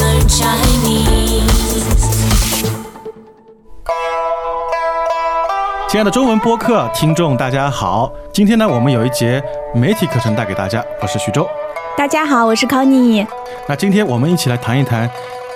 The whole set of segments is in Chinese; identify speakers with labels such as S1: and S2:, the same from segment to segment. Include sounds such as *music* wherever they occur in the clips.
S1: learn Chinese.
S2: 亲爱的中文播客听众，大家好！今天呢，我们有一节媒体课程带给大家，我是徐州。
S3: 大家好，我是康妮。
S2: 那今天我们一起来谈一谈，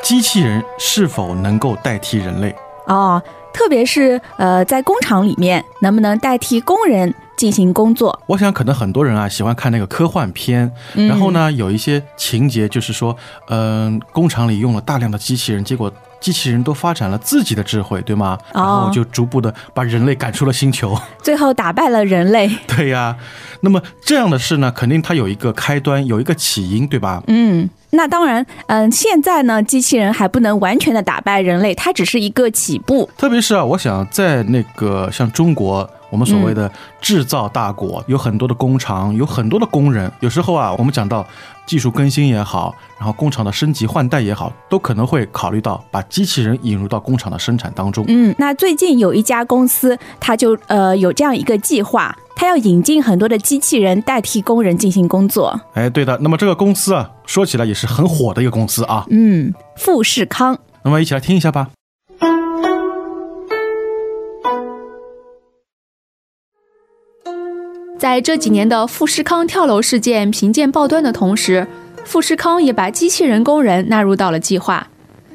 S2: 机器人是否能够代替人类？
S3: 哦，特别是呃，在工厂里面，能不能代替工人进行工作？
S2: 我想可能很多人啊喜欢看那个科幻片，然后呢有一些情节就是说，嗯、工厂里用了大量的机器人，结果。机器人都发展了自己的智慧，对吗？然后就逐步的把人类赶出了星球。 *laughs*
S3: 最后打败了人类。
S2: 对呀、那么这样的事呢，肯定它有一个开端，有一个起因，对吧？
S3: 嗯，那当然，嗯、现在呢，机器人还不能完全的打败人类，它只是一个起步。
S2: 特别是啊，我想在那个像中国，我们所谓
S3: 嗯
S2: 的制造大国，有很多的工厂，有很多的工人。有时候啊，我们讲到技术更新也好，然后工厂的升级换代也好，都可能会考虑到把机器人引入到工厂的生产当中。
S3: 嗯，那最近有一家公司，它就呃有这样一个计划，它要引进很多的机器人代替工人进行工作。
S2: 哎，对的。那么这个公司啊，说起来也是很火的一个公司啊。
S3: 嗯，富士康。
S2: 那么一起来听一下吧。
S4: 在这几年的富士康跳楼事件频见报端的同时，富士康也把机器人工人纳入到了计划，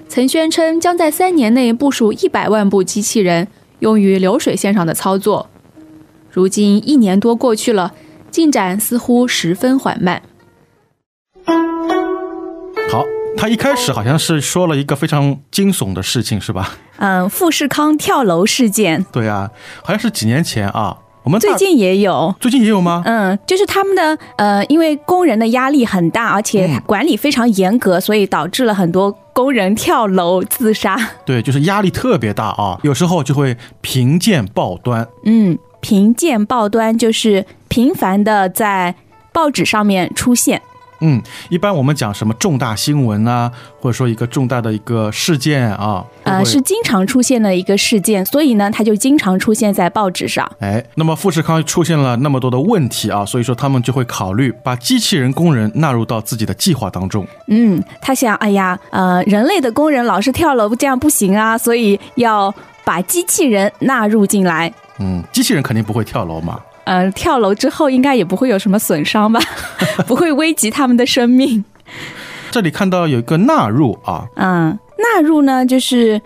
S4: 曾宣称将在三年内部署一百万部机器人用于流水线上的操作。如今一年多过去了，进展似乎十分缓慢。
S2: 好，他一开始好像是说了一个非常惊悚的事情，是吧？
S3: 嗯，富士康跳楼事件
S2: 对啊，好像是几年前啊。我们大
S3: 最近也有。
S2: 最近也有吗？
S3: 嗯，就是他们的呃，因为工人的压力很大，而且管理非常严格，所以导致了很多工人跳楼自杀。
S2: 对，就是压力特别大啊，有时候就会贫贱报端。
S3: 嗯，贫贱报端就是频繁的在报纸上面出现。
S2: 嗯，一般我们讲什么重大新闻啊，或者说一个重大的一个事件啊，都会
S3: 呃，是经常出现的一个事件，所以呢，它就经常出现在报纸上。
S2: 哎，那么富士康出现了那么多的问题啊，所以说他们就会考虑把机器人工人纳入到自己的计划当中。
S3: 嗯，他想，哎呀，呃，人类的工人老是跳楼，这样不行啊，所以要把机器人纳入进来。
S2: 嗯，机器人肯定不会跳楼嘛。
S3: 呃，跳楼之后应该也不会有什么损伤吧，不会危及他们的生命。
S2: 这里看到有一个纳入啊，
S3: 嗯，纳入呢就是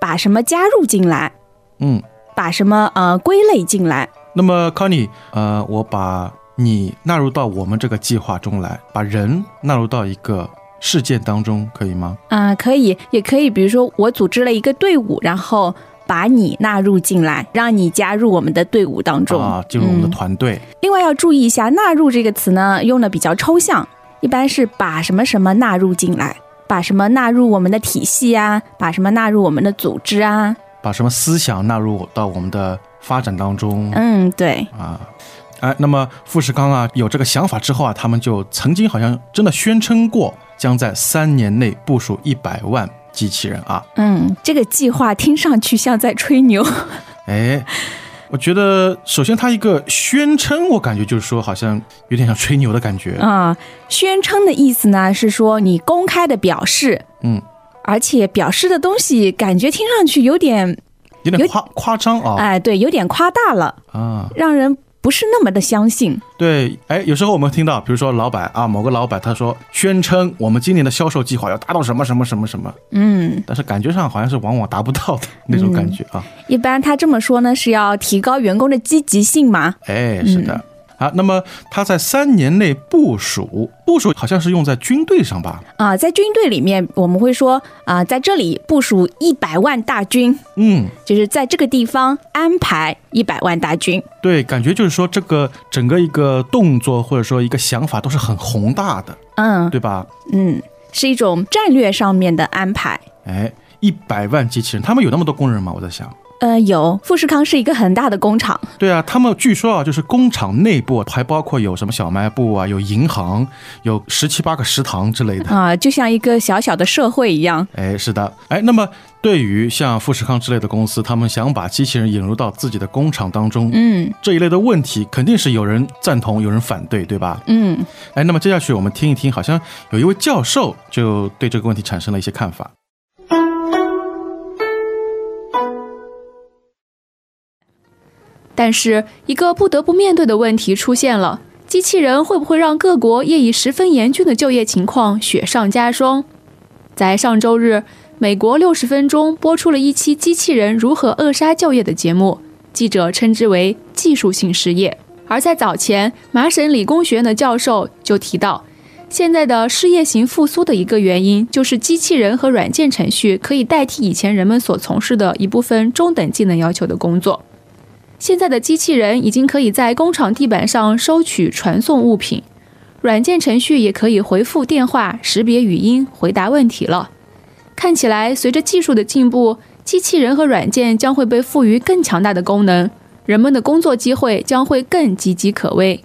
S3: 把什么加入进来，
S2: 嗯，
S3: 把什么呃归类进来。
S2: 那么康妮，呃，我把你纳入到我们这个计划中来，把人纳入到一个事件当中，可以吗？
S3: 嗯，可以，也可以，比如说我组织了一个队伍，然后把你纳入进来，让你加入我们的队伍当中。嗯
S2: 啊，进入我们的团队。
S3: 另外要注意一下，纳入这个词呢用的比较抽象，一般是把什么什么纳入进来，把什么纳入我们的体系啊，把什么纳入我们的组织啊。
S2: 把什么思想纳入到我们的发展当中、
S3: 嗯，对。
S2: 啊。哎，那么富士康啊有这个想法之后啊，他们就曾经好像真的宣称过，将在三年内部署一百万机器人啊。
S3: 嗯，这个计划听上去像在吹牛。
S2: 哎，我觉得首先它一个宣称，我感觉就是说好像有点像吹牛的感觉。
S3: *laughs* 啊、宣称的意思呢是说你公开的表示，
S2: 嗯，
S3: 而且表示的东西感觉听上去有点，
S2: 有点
S3: 有
S2: 夸夸张啊、
S3: 哎、对，有点夸大了，
S2: 啊！
S3: 让人不是那么的相信。
S2: 对，哎，有时候我们听到，比如说老板啊，某个老板他说宣称我们今年的销售计划要达到什么什么什么什么，
S3: 嗯，
S2: 但是感觉上好像是往往达不到的那种感觉啊。
S3: 一般他这么说呢是要提高员工的积极性嘛。
S2: 哎，是的。啊，那么他在三年内部署，部署好像是用在军队上吧？
S3: 啊、在军队里面我们会说啊、在这里部署一百万大军，
S2: 嗯，
S3: 就是在这个地方安排一百万大军。
S2: 对，感觉就是说这个整个一个动作或者说一个想法都是很宏大的，
S3: 嗯
S2: 对吧？
S3: 嗯，是一种战略上面的安排。
S2: 哎，一百万机器人，他们有那么多工人吗？我在想，
S3: 呃，有富士康是一个很大的工厂，
S2: 对啊，他们据说啊，就是工厂内部还包括有什么小卖部啊，有银行，有十七八个食堂之类的。
S3: 啊、就像一个小小的社会一样。
S2: 哎，是的，哎，那么对于像富士康之类的公司，他们想把机器人引入到自己的工厂当中，
S3: 嗯
S2: 这一类的问题肯定是有人赞同，有人反对，对吧？
S3: 嗯，
S2: 哎，那么接下去我们听一听，好像有一位教授就对这个问题产生了一些看法。
S4: 但是，一个不得不面对的问题出现了：机器人会不会让各国业已十分严峻的就业情况雪上加霜？在上周日，美国六十分钟播出了一期机器人如何扼杀就业的节目，记者称之为技术性失业。而在早前，麻省理工学院的教授就提到，现在的失业型复苏的一个原因就是机器人和软件程序可以代替以前人们所从事的一部分中等技能要求的工作。现在的机器人已经可以在工厂地板上收取、传送物品，软件程序也可以回复电话、识别语音、回答问题了。看起来，随着技术的进步，机器人和软件将会被赋予更强大的功能，人们的工作机会将会更岌岌可危。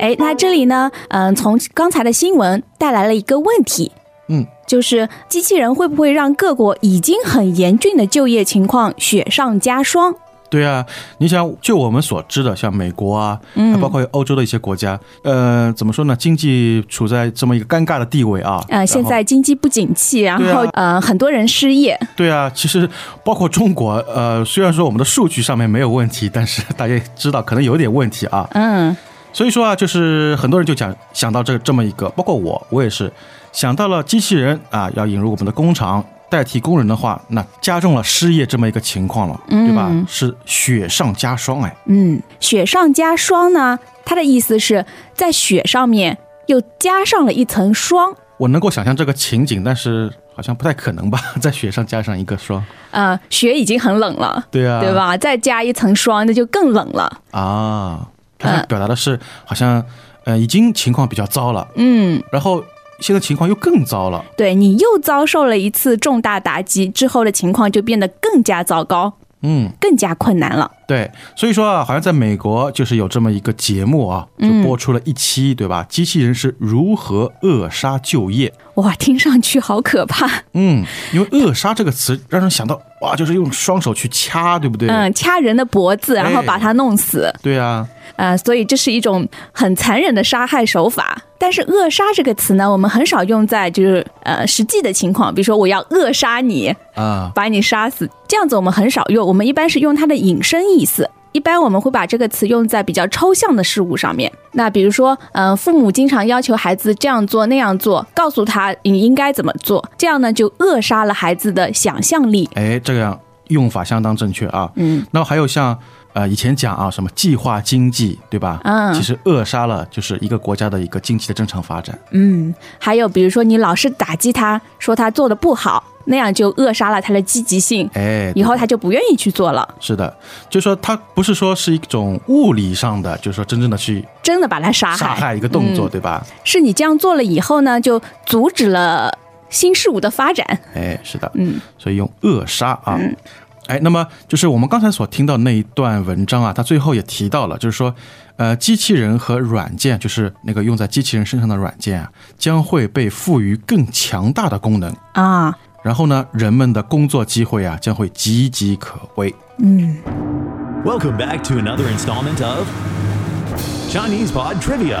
S3: 哎，那这里呢，嗯、从刚才的新闻带来了一个问题，
S2: 嗯，
S3: 就是机器人会不会让各国已经很严峻的就业情况雪上加霜？
S2: 对啊，你想，就我们所知的，像美国啊，
S3: 嗯
S2: 还包括欧洲的一些国家，呃，怎么说呢？经济处在这么一个尴尬的地位啊。
S3: 呃，现
S2: 然后
S3: 在经济不景气，然
S2: 对啊
S3: 后、呃，很多人失业，
S2: 对啊，其实包括中国，呃，虽然说我们的数据上面没有问题，但是大家也知道可能有点问题啊。
S3: 嗯
S2: 所以说啊，就是很多人就讲想到这这么一个，包括我，我也是想到了机器人啊，要引入我们的工厂代替工人的话，那加重了失业这么一个情况了，对吧？
S3: 嗯
S2: 是雪上加霜哎。
S3: 嗯，雪上加霜呢，它的意思是在雪上面又加上了一层霜。
S2: 我能够想象这个情景，但是好像不太可能吧， *laughs* 在雪上加上一个霜，
S3: 呃，雪已经很冷了，
S2: 对啊，
S3: 对？吧？再加一层霜，那就更冷了。
S2: 啊，他想
S3: 嗯
S2: 表达的是好像呃已经情况比较糟了，
S3: 嗯，
S2: 然后现在情况又更糟了。
S3: 对你又遭受了一次重大打击，之后的情况就变得更加糟糕，
S2: 嗯，
S3: 更加困难了。
S2: 对，所以说啊，好像在美国就是有这么一个节目啊，就
S3: 嗯
S2: 播出了一期，对吧？机器人是如何扼杀就业？
S3: 哇，听上去好可怕。
S2: 嗯，因为“扼杀”这个词让人想到哇，就是用双手去掐，对不对？
S3: 嗯，掐人的脖子，然后把他弄死。
S2: 对啊，
S3: 呃，所以这是一种很残忍的杀害手法。但是“扼杀”这个词呢，我们很少用在就是呃实际的情况，比如说我要扼杀你，
S2: 啊，
S3: 把你杀死，这样子我们很少用，我们一般是用它的引申意思。一般我们会把这个词用在比较抽象的事物上面。那比如说，嗯、父母经常要求孩子这样做那样做，告诉他你应该怎么做，这样呢就扼杀了孩子的想象力。
S2: 哎，这样用法相当正确啊。
S3: 嗯
S2: 那么还有像呃以前讲啊，什么计划经济，对吧？
S3: 嗯
S2: 其实扼杀了就是一个国家的一个经济的正常发展。
S3: 嗯，还有比如说，你老是打击他，说他做的不好，那样就扼杀了他的积极性，
S2: 哎，
S3: 以后他就不愿意去做了，
S2: 是的，就说它不是说是一种物理上的，就是说真正的去
S3: 真的把他杀害。
S2: 杀害一个动作，
S3: 嗯
S2: 对吧？
S3: 是你这样做了以后呢，就阻止了新事物的发展。
S2: 哎，是的，
S3: 嗯。
S2: 所以用扼杀啊。哎，那么就是我们刚才所听到那一段文章啊，它最后也提到了，就是说，呃，机器人和软件，就是那个用在机器人身上的软件啊，将会被赋予更强大的功能。
S3: 啊，
S2: 然后呢，人们的工作机会啊将会岌岌可危。
S5: Welcome back to another installment of Chinese Pod Trivia.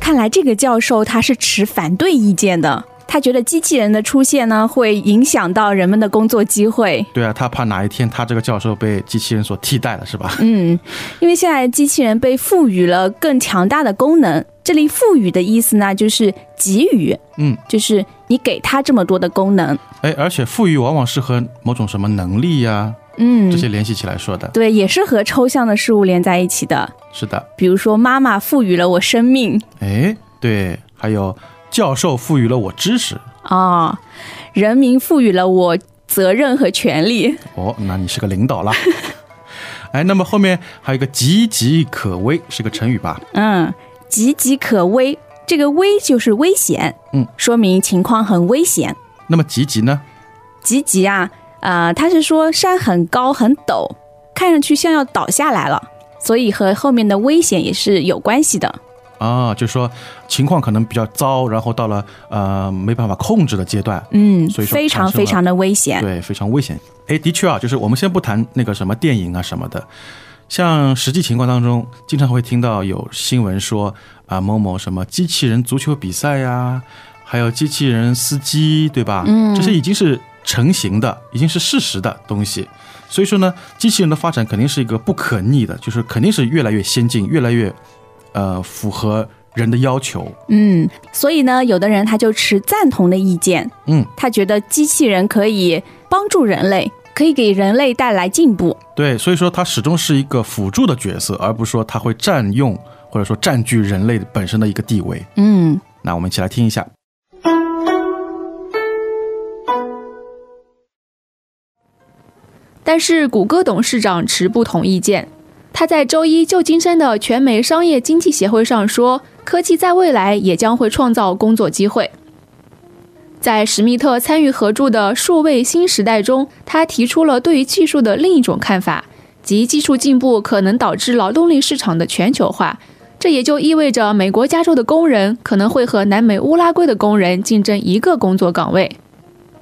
S3: 看来这个教授他是持反对意见的。他觉得机器人的出现呢，会影响到人们的工作机会。
S2: 对啊，他怕哪一天他这个教授被机器人所替代了，是吧？
S3: 嗯，因为现在机器人被赋予了更强大的功能。这里“赋予”的意思呢，就是给予，
S2: 嗯，
S3: 就是你给它这么多的功能，
S2: 哎，而且富裕往往是和某种什么能力呀、
S3: 嗯
S2: 这，些联系起来说的。
S3: 对，也是和抽象的事物连在一起的。
S2: 是的，
S3: 比如说，妈妈赋予了我生命
S2: 哎，对，还有教授赋予了我知识。
S3: 啊、人民赋予了我责任和权利。
S2: 哦，那你是个领导了。 *laughs* 哎，那么后面还有一个岌岌可危，是个成语吧？
S3: 嗯，岌岌可危，这个危就是危险，
S2: 嗯，
S3: 说明情况很危险。
S2: 那么岌岌呢？
S3: 岌岌啊，呃，它是说山很高很陡，看上去像要倒下来了，所以和后面的危险也是有关系的。
S2: 啊，就是说情况可能比较糟，然后到了呃没办法控制的阶段，
S3: 嗯，
S2: 所以说
S3: 非常
S2: 产生
S3: 非
S2: 了
S3: 常的危险。
S2: 对，非常危险。哎，的确啊，就是我们先不谈那个什么电影啊什么的，像实际情况当中，经常会听到有新闻说啊某某什么机器人足球比赛呀、还有机器人司机，对吧？嗯，这些已经是成型的，已经是事实的东西。所以说呢，机器人的发展肯定是一个不可逆的，就是肯定是越来越先进，越来越呃符合人的要求。
S3: 嗯，所以呢，有的人他就持赞同的意见，
S2: 嗯，
S3: 他觉得机器人可以帮助人类，可以给人类带来进步。
S2: 对，所以说它始终是一个辅助的角色，而不是说它会占用或者说占据人类本身的一个地位。
S3: 嗯，
S2: 那我们一起来听一下。
S4: 但是谷歌董事长持不同意见。他在周一旧金山的全美商业经济协会上说，科技在未来也将会创造工作机会。在史密特参与合著的《数位新时代》中，他提出了对于技术的另一种看法，即技术进步可能导致劳动力市场的全球化。这也就意味着，美国加州的工人可能会和南美乌拉圭的工人竞争一个工作岗位。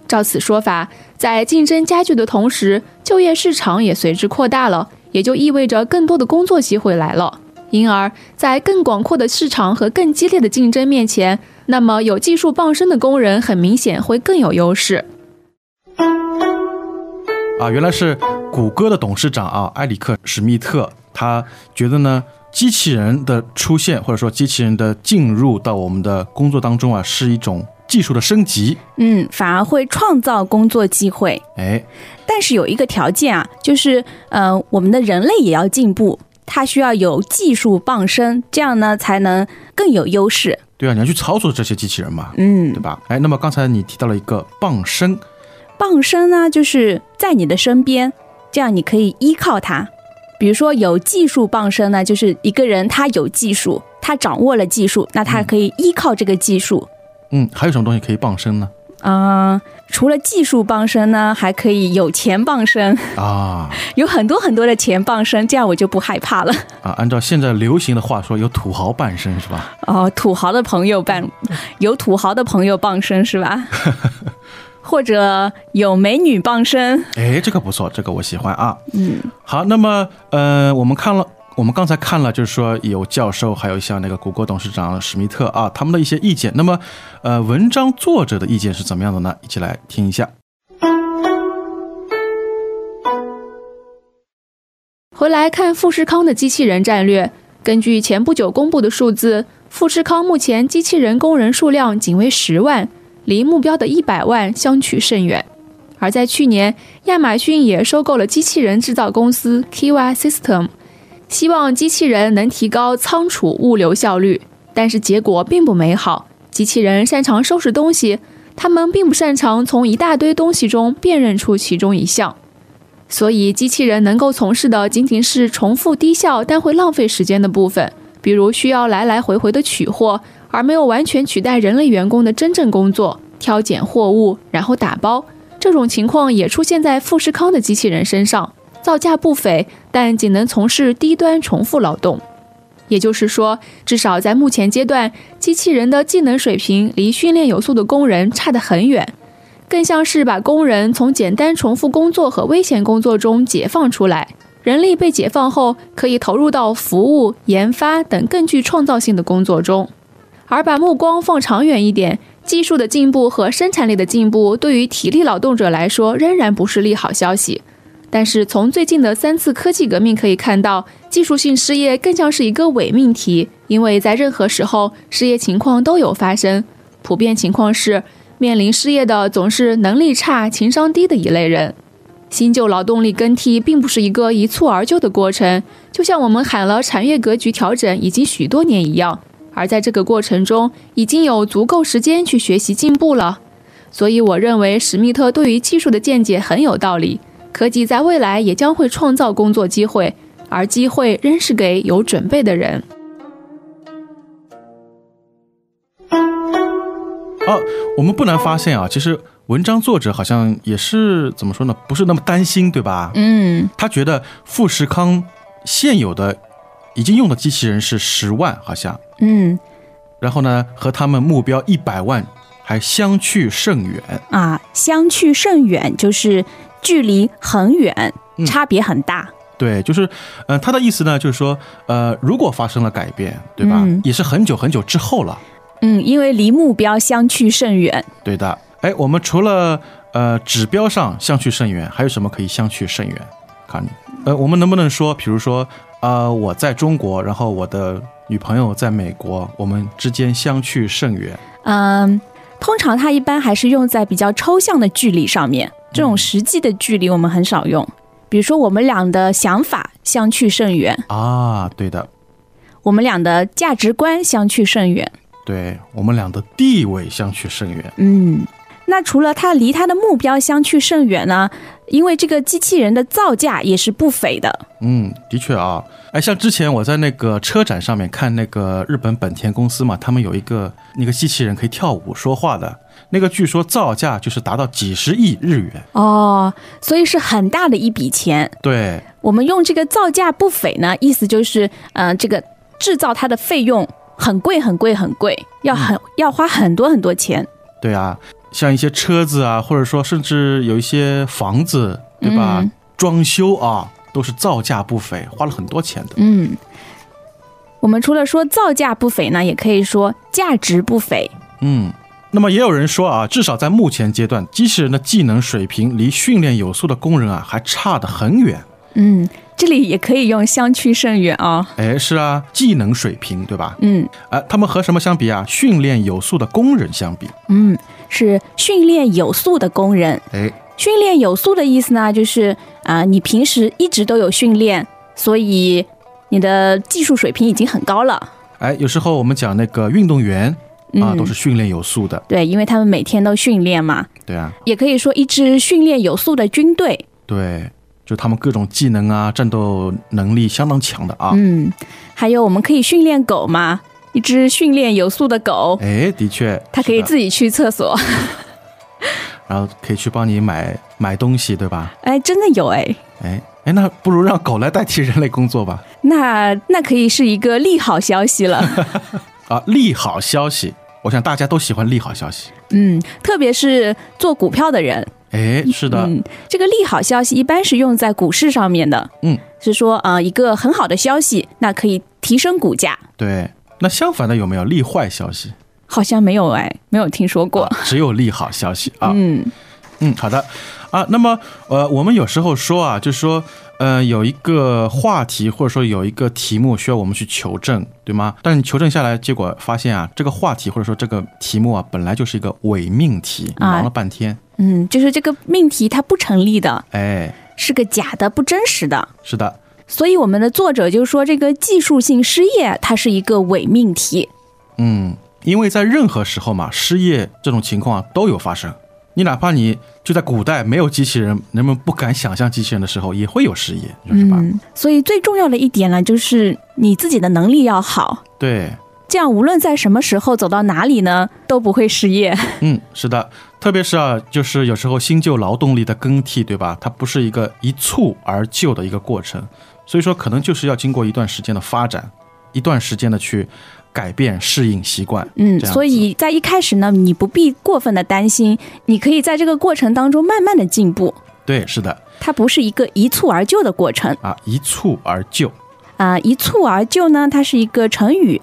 S4: 照此说法，在竞争加剧的同时，就业市场也随之扩大了，也就意味着更多的工作机会来了。因而，在更广阔的市场和更激烈的竞争面前，那么有技术傍身的工人很明显会更有优势。
S2: 啊，原来是谷歌的董事长啊，埃里克·史密特，他觉得呢，机器人的出现或者说机器人的进入到我们的工作当中啊，是一种技术的升级。
S3: 嗯，反而会创造工作机会，
S2: 哎，
S3: 但是有一个条件啊，就是呃，我们的人类也要进步，它需要有技术傍身，这样呢才能更有优势。
S2: 对啊，你要去操作这些机器人嘛，
S3: 嗯
S2: 对，吧？哎，那么刚才你提到了一个傍身，
S3: 傍身呢，就是在你的身边，这样你可以依靠它。比如说有技术傍身呢，就是一个人他有技术，他掌握了技术，那他可以依靠这个技术。
S2: 嗯，还有什么东西可以傍身呢？
S3: 啊、除了技术傍身呢，还可以有钱傍身，
S2: 啊
S3: 有很多很多的钱傍身，这样我就不害怕了。
S2: 啊，按照现在流行的话说，有土豪傍身是吧？
S3: 哦，土豪的朋友伴，有土豪的朋友傍身是 *laughs* 吧？或者有美女傍身，
S2: 哎，这个不错，这个我喜欢啊。嗯，好，那么呃，我们看了，我们刚才看了，就是说有教授，还有像那个谷歌董事长史密特啊，他们的一些意见。那么，呃，文章作者的意见是怎么样的呢？一起来听一下。
S4: 回来看富士康的机器人战略，根据前不久公布的数字，富士康目前机器人工人数量仅为十万，离目标的一百万相去甚远。而在去年，亚马逊也收购了机器人制造公司 Kiwa System，希望机器人能提高仓储物流效率，但是结果并不美好。机器人擅长收拾东西，他们并不擅长从一大堆东西中辨认出其中一项。所以，机器人能够从事的仅仅是重复低效但会浪费时间的部分，比如需要来来回回的取货，而没有完全取代人类员工的真正工作——挑拣货物，然后打包。这种情况也出现在富士康的机器人身上，造价不菲，但仅能从事低端重复劳动。也就是说，至少在目前阶段，机器人的技能水平离训练有素的工人差得很远。更像是把工人从简单重复工作和危险工作中解放出来。人力被解放后，可以投入到服务、研发等更具创造性的工作中。而把目光放长远一点，技术的进步和生产力的进步对于体力劳动者来说仍然不是利好消息。但是从最近的三次科技革命可以看到，技术性失业更像是一个伪命题，因为在任何时候失业情况都有发生。普遍情况是，面临失业的总是能力差、情商低的一类人。新旧劳动力更替并不是一个一蹴而就的过程，就像我们喊了产业格局调整已经许多年一样。而在这个过程中，已经有足够时间去学习进步了。所以，我认为史密特对于技术的见解很有道理。科技在未来也将会创造工作机会，而机会仍是给有准备的人。
S2: 啊，我们不难发现啊，其实文章作者好像也是怎么说呢，不是那么担心，对吧？
S3: 嗯，
S2: 他觉得富士康现有的已经用的机器人是十万，好像，
S3: 嗯
S2: 然后呢，和他们目标一百万还相去甚远。
S3: 啊，相去甚远，就是距离很远，
S2: 嗯
S3: 差别很大。
S2: 对，就是，嗯、他的意思呢，就是说，呃，如果发生了改变，对吧？
S3: 嗯
S2: 也是很久很久之后了，
S3: 嗯，因为离目标相去甚远。
S2: 对的。哎，我们除了呃指标上相去甚远，还有什么可以相去甚远？看你，呃，我们能不能说，比如说，呃，我在中国，然后我的女朋友在美国，我们之间相去甚远？
S3: 嗯，通常它一般还是用在比较抽象的距离上面，这种实际的距离我们很少用。比如说，我们俩的想法相去甚远，
S2: 啊，对的，
S3: 我们俩的价值观相去甚远。
S2: 对我们俩的地位相去甚远。
S3: 嗯，那除了它离它的目标相去甚远呢？因为这个机器人的造价也是不菲的。
S2: 嗯，的确啊，哎，像之前我在那个车展上面看那个日本本田公司嘛，他们有一个那个机器人可以跳舞说话的，那个据说造价就是达到几十亿日元。
S3: 哦，所以是很大的一笔钱。
S2: 对，
S3: 我们用这个造价不菲呢，意思就是，呃，这个制造它的费用很贵很贵很贵，要很、要花很多很多钱。
S2: 对啊，像一些车子啊，或者说甚至有一些房子，对吧？
S3: 嗯
S2: 装修啊，都是造价不菲，花了很多钱的。
S3: 嗯，我们除了说造价不菲呢，也可以说价值不菲。
S2: 嗯，那么也有人说啊，至少在目前阶段，机器人的技能水平离训练有素的工人啊还差得很远。
S3: 嗯，这里也可以用相去甚远啊、
S2: 哎，是啊，技能水平对吧？
S3: 嗯
S2: 哎，他们和什么相比啊？训练有素的工人相比，
S3: 嗯，是训练有素的工人。
S2: 哎，
S3: 训练有素的意思呢，就是啊、你平时一直都有训练，所以你的技术水平已经很高了。
S2: 哎，有时候我们讲那个运动员啊，
S3: 嗯
S2: 都是训练有素的，
S3: 对，因为他们每天都训练嘛，
S2: 对啊，
S3: 也可以说一支训练有素的军队。
S2: 对，就他们各种技能啊，战斗能力相当强的啊。
S3: 嗯，还有我们可以训练狗嘛，一只训练有素的狗，
S2: 哎，的确，
S3: 它可以
S2: 是的
S3: 自己去厕所。
S2: 然后可以去帮你买买东西，对吧？
S3: 哎，真的有哎，
S2: 哎哎，那不如让狗来代替人类工作吧。
S3: 那那可以是一个利好消息了。
S2: 啊，利好消息，我想大家都喜欢利好消息。
S3: 嗯，特别是做股票的人，
S2: 哎，是的，
S3: 嗯，这个利好消息一般是用在股市上面的。
S2: 嗯，
S3: 是说啊、呃一个很好的消息，那可以提升股价。
S2: 对。那相反的有没有利坏消息？
S3: 好像没有哎，没有听说过。
S2: 啊只有利好消息啊。
S3: 嗯
S2: 嗯，好的，啊，那么呃，我们有时候说啊，就是说，呃，有一个话题或者说有一个题目需要我们去求证，对吗？但是你求证下来，结果发现啊，这个话题或者说这个题目啊，本来就是一个伪命题，
S3: 啊
S2: 忙了半天，
S3: 嗯，就是这个命题它不成立的，
S2: 哎，
S3: 是个假的、不真实的。
S2: 是的，
S3: 所以我们的作者就说，这个技术性失业它是一个伪命题。
S2: 嗯，因为在任何时候嘛，失业这种情况啊都有发生。你哪怕你就在古代没有机器人，人们不敢想象机器人的时候，也会有失业，你说是吧？
S3: 嗯，所以最重要的一点呢，就是你自己的能力要好，
S2: 对，
S3: 这样无论在什么时候走到哪里呢，都不会失业。
S2: 嗯，是的，特别是啊，就是有时候新旧劳动力的更替，对吧？它不是一个一蹴而就的一个过程，所以说可能就是要经过一段时间的发展，一段时间的去改变、适应习惯。
S3: 嗯，
S2: 这样子
S3: 所以在一开始呢，你不必过分的担心，你可以在这个过程当中慢慢的进步。
S2: 对，是的
S3: 它不是一个一蹴而就的过程
S2: 啊，一蹴而就。
S3: 啊、一蹴而就呢，它是一个成语。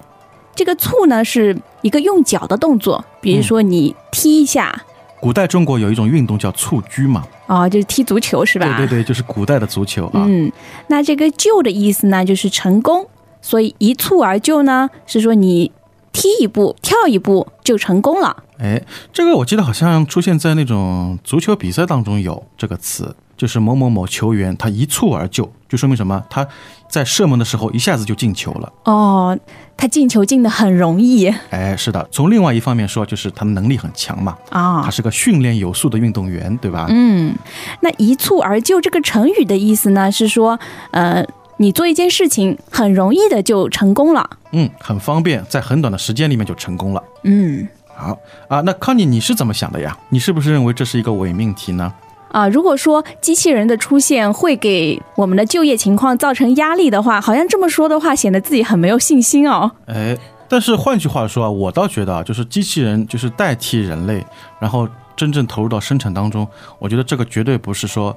S3: 这个“蹴”呢是一个用脚的动作，比如说你踢一下，
S2: 古代中国有一种运动叫蹴鞠嘛，
S3: 哦，就是踢足球是吧？
S2: 嗯对对对，就是古代的足球啊。
S3: 嗯，那这个“就”的意思呢，就是成功，所以一蹴而就呢，是说你踢一步、跳一步就成功了。
S2: 哎，这个我记得好像出现在那种足球比赛当中有这个词，就是某某某球员他一蹴而就，就说明什么？他在射门的时候一下子就进球了。
S3: 哦，他进球进的很容易
S2: 哎，是的。从另外一方面说，就是他的能力很强嘛，
S3: 啊
S2: 他。是个训练有素的运动员，对吧？
S3: 嗯，那一蹴而就这个成语的意思呢，是说，呃，你做一件事情很容易的就成功了。
S2: 嗯，很方便，在很短的时间里面就成功了。
S3: 嗯。
S2: 好啊，那康妮你是怎么想的呀？你是不是认为这是一个伪命题呢？
S3: 啊，如果说机器人的出现会给我们的就业情况造成压力的话，好像这么说的话，显得自己很没有信心哦。
S2: 哎，但是换句话说啊，我倒觉得啊，就是机器人就是代替人类，然后真正投入到生产当中，我觉得这个绝对不是说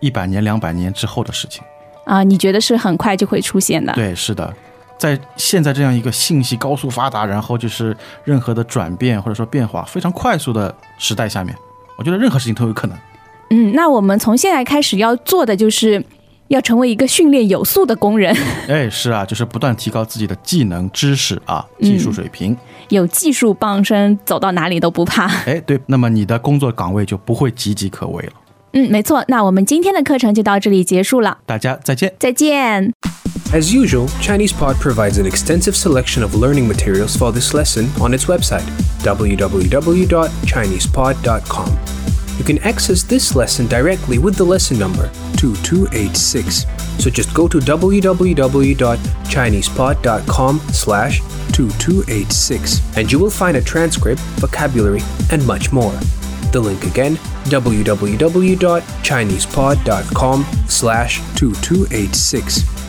S2: 一百年、两百年之后的事情。
S3: 啊，你觉得是很快就会出现的？
S2: 对，是的，在现在这样一个信息高速发达，然后就是任何的转变或者说变化非常快速的时代下面，我觉得任何事情都有可能。
S3: 嗯，那我们从现在开始要做的就是要成为一个训练有素的工人， *laughs*
S2: 哎，是啊，就是不断提高自己的技能、知识啊、技术水平。
S3: 有技术傍身，走到哪里都不怕。
S2: 哎、对，那么你的工作岗位就不会岌岌可危了。
S3: 嗯，没错。那我们今天的课程就到这里结束了，
S2: 大家再见。
S3: 再见。
S6: As usual, ChinesePod provides an extensive selection of learning materials for this lesson on its website, www.chinesepod.com. You can access this lesson directly with the lesson number 2286. So just go to www.chinesepod.com slash 2286 and you will find a transcript, vocabulary, and much more. The link again, www.chinesepod.com slash 2286.